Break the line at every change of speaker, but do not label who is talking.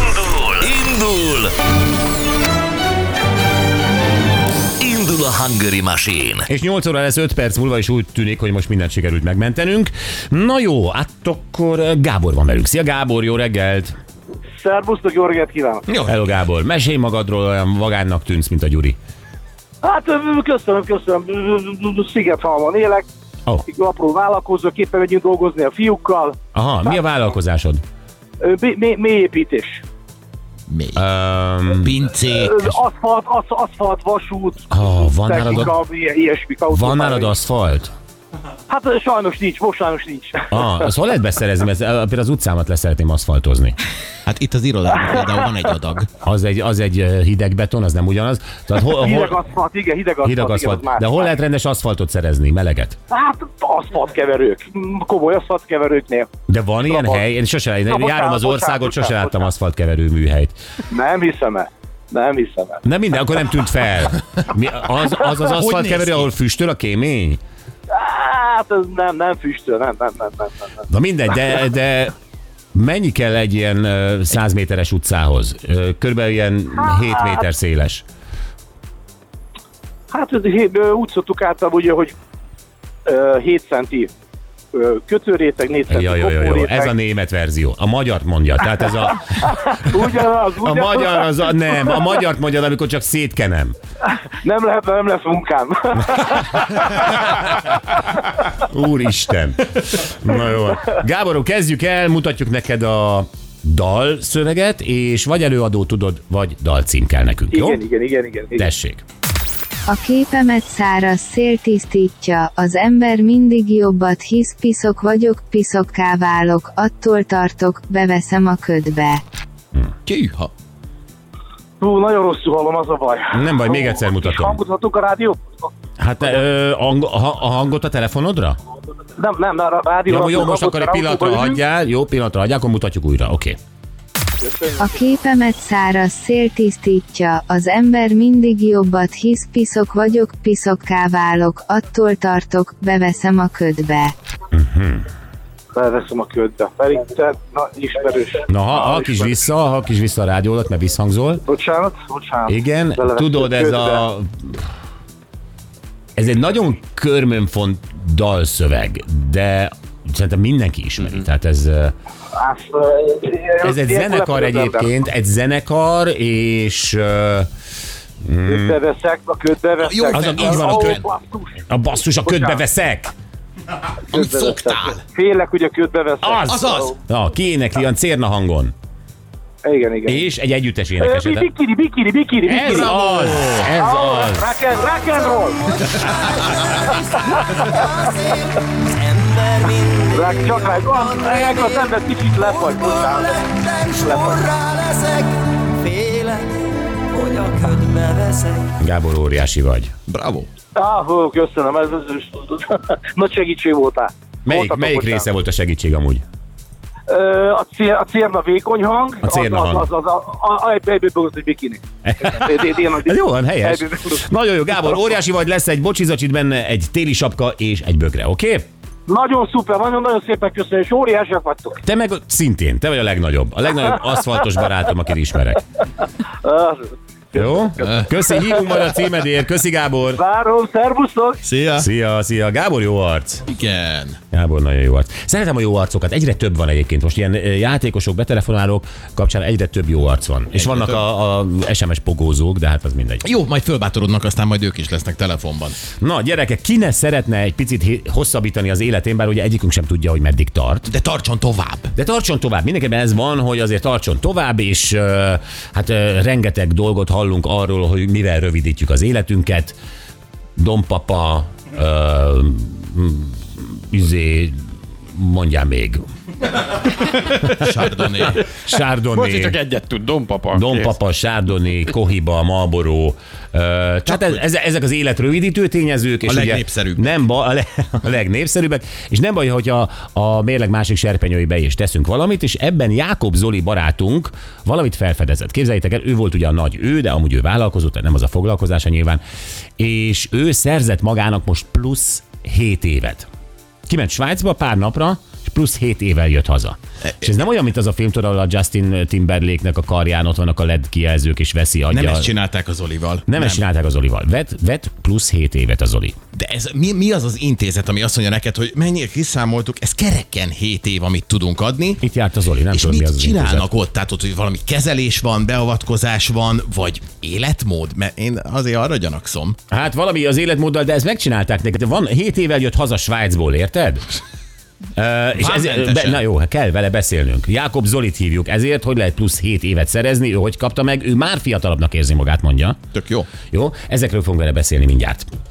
Indul! Indul! Indul a Hungary Machine!
És 8 óra lesz 5 perc múlva, és úgy tűnik, hogy most mindent sikerült megmentenünk. Na jó, hát akkor Gábor van velünk. Szia Gábor, jó reggelt!
Szerbusztok, jó reggelt kívánok!
Jó. Hello Gábor, mesélj magadról, olyan vagánnak tűnsz, mint a Gyuri.
Hát ö, köszönöm, köszönöm. Szigethalmon élek,
Ó, oh,
egy apró vállalkozó, képen megyünk dolgozni a fiúkkal.
aha, mi a vállalkozásod?
Ö, mi- mi- Mélyépítés.
Mi?
Um,
Pincék.
Ö, Aszfalt, asz, aszfalt, vasút,
Ah, van nálad
technika, ilyen- ilyesmi.
van nálad aszfalt?
Hát ö, sajnos nincs, most sajnos nincs.
Ah, azt hol lehet beszerezni? Mert eh, például az utcámat leszeretném aszfaltozni.
Hát itt az irodában például van egy adag.
Az egy, az egy ö, hideg beton, az nem ugyanaz. Tehát hol,
Hideg
hol,
aszfalt, igen, hideg aszfalt.
hideg
igen, az
aszfalt.
más.
De hol lehet rendes aszfaltot szerezni, meleget?
Hát aszfaltkeverők, Mm, komoly aszfaltkeverőknél.
De van ilyen
Szabad.
hely? Én sose én
bocsánat,
járom az
bocsánat,
országot, sose
bocsánat,
láttam
bocsánat.
aszfaltkeverő műhelyt.
Nem hiszem el. Nem hiszem el.
Na minden, akkor nem tűnt fel. Mi, az, az az
néz ki?
aszfaltkeverő, ahol füstöl a kémény?
Hát ez nem, nem füstöl, nem, nem, nem, nem, nem. nem.
Na mindegy, de, de mennyi kell egy ilyen ö, 100 méteres utcához? Ö, Körülbelül ilyen 7 méter széles.
Hát ez hé- ö, úgy szoktuk általában ugye, hogy ö, 7 centi ö, kötőréteg, 4 centi
Jó, jó, jó, jó. Ez a német verzió. A magyar mondja. Tehát ez a,
Ugyanaz,
a
ugyanaz.
magyar az a, nem, a magyar mondja, amikor csak szétkenem.
Nem lehet, mert nem lesz munkám.
Úristen. Na jó. Gábor, kezdjük el, mutatjuk neked a dal szöveget, és vagy előadó tudod, vagy dalcím kell nekünk, jó?
igen, igen, igen, igen. igen.
Tessék.
A képemet száraz szél tisztítja, az ember mindig jobbat hisz, piszok vagyok, piszokká válok, attól tartok, beveszem a ködbe.
Tűha.
Hú, nagyon rosszul hallom, az a baj.
Nem baj, még
Hú,
egyszer
és
mutatom.
Hangozhatunk a rádió?
Hát ö, ang- ha- a hangot a telefonodra?
Nem, nem, nem, a rádió.
Jó, jó,
akkor
most akkor egy
hangozhat,
pillanatra
rádióba ülünk.
hagyjál, jó pillanatra hagyjál, akkor mutatjuk újra, oké. Okay.
A képemet száraz szél tisztítja, az ember mindig jobbat hisz, piszok vagyok, piszokká válok, attól tartok, beveszem a ködbe.
Felveszem a ködbe. Pedig te, na, ismerős.
Na, ha,
Na,
ha kis
ismerős.
vissza, ha kis vissza a rádiódat, mert visszhangzol.
Bocsánat, bocsánat.
Igen,
Beleveszem
tudod, ez
ködbe.
a... Ez egy nagyon körmönfont dalszöveg, de szerintem mindenki ismeri. Tehát ez, ö,
Ász, ö,
ez egy
Mhm. ilyen
zenekar
település ember.
egyébként, egy zenekar, és ö,
Ködbe veszek, a ködbe veszek.
Jó,
az a- így van a
Ó,
köd.
basszus,
a basszus a ködbe
Bocsánat.
veszek.
Amit
ködbe veszek.
szoktál.
Félek, hogy a ködbe veszek.
Az!
Azaz.
Na, kiénekli a cérna hangon.
Igen, igen.
És egy együttes
Ö,
énekes.
bi- Bikini, bikini, bikini, bikini.
Ez az! Ez az!
Rock and, rock and roll. Rock, csak rock. Ah, Elég az ember kicsit lefagy, bocsánat.
Gábor óriási vagy.
Bravo.
Ah, hú, köszönöm, ez, ez, ez nagy segítség voltál.
Melyik,
Voltatok
melyik
hozzám.
része volt a segítség amúgy?
Ö, a, cél, a cérna vékony hang.
A cérna
az,
hang.
Az, az, az, az, az, egyből bogott egy bikini.
Ez jó van, helyes.
Elbűvös.
Nagyon jó, Gábor, óriási vagy, lesz egy bocsizacsit benne, egy téli sapka és egy bögre, oké? Okay?
Nagyon szuper, nagyon-nagyon szépen köszönöm, és óriásiak vagytok.
Te meg szintén, te vagy a legnagyobb. A legnagyobb aszfaltos barátom, akit ismerek.
Ah,
Jó? Köszi, hívunk majd a címedért. Köszi, Gábor.
Várom, szervusztok!
Szia.
Szia, szia. Gábor jó arc.
Igen.
Gábor nagyon jó arc. Szeretem a jó arcokat. Egyre több van egyébként. Most ilyen ö, játékosok, betelefonálók kapcsán egyre több jó arc van. és vannak a, a SMS pogózók, de hát az mindegy.
Jó, majd fölbátorodnak, aztán majd ők is lesznek telefonban.
Na, gyerekek, ki ne szeretne egy picit hi- hosszabbítani az életén, bár ugye egyikünk sem tudja, hogy meddig tart.
De tartson tovább.
De tartson tovább, mindenképpen ez van, hogy azért tartson tovább, és ö, hát ö, rengeteg dolgot hallunk arról, hogy mivel rövidítjük az életünket. Dompapa, ö, mm, izé, mondjál még,
Sardoné.
Sárdoné,
egyet tud, dompapa.
Dompapa, Sárdoné, Kohiba, Marlboro. Ö, Tehát ez, ez, ezek az élet rövidítő tényezők. És
A
ugye
legnépszerűbb.
Nem ba, a, le, a legnépszerűbbek, és nem baj, hogyha a mérleg másik serpenyőibe is teszünk valamit, és ebben Jákob Zoli barátunk valamit felfedezett. Képzeljétek el, ő volt ugye a nagy ő, de amúgy ő vállalkozó, tehát nem az a foglalkozása nyilván, és ő szerzett magának most plusz 7 évet. Kiment Svájcba pár napra, és plusz 7 évvel jött haza.
E-
És ez nem olyan, mint az a film, tudod, ahol a Justin Timberlake-nek a karján ott vannak a LED kijelzők, és veszi adja.
Nem ezt csinálták az Olival.
nem, ezt csinálták az Olival. Vet, vet plusz 7 évet az Oli.
De ez, mi, mi az az intézet, ami azt mondja neked, hogy mennyire kiszámoltuk, ez kereken 7 év, amit tudunk adni,
Itt járt az Oli, nem
és
tudom, mi
mit
az az intézet.
csinálnak ott? Tehát ott, hogy valami kezelés van, beavatkozás van, vagy életmód? Mert én azért arra gyanakszom.
Hát valami az életmóddal, de ezt megcsinálták neked. De Van 7 évvel jött haza Svájcból, érted? Ö, és ezért, be,
Vámmentesen.
na jó, hát kell vele beszélnünk. Jákob Zolit hívjuk, ezért hogy lehet plusz 7 évet szerezni, ő hogy kapta meg, ő már fiatalabbnak érzi magát, mondja.
Tök jó.
Jó, ezekről fogunk vele beszélni mindjárt.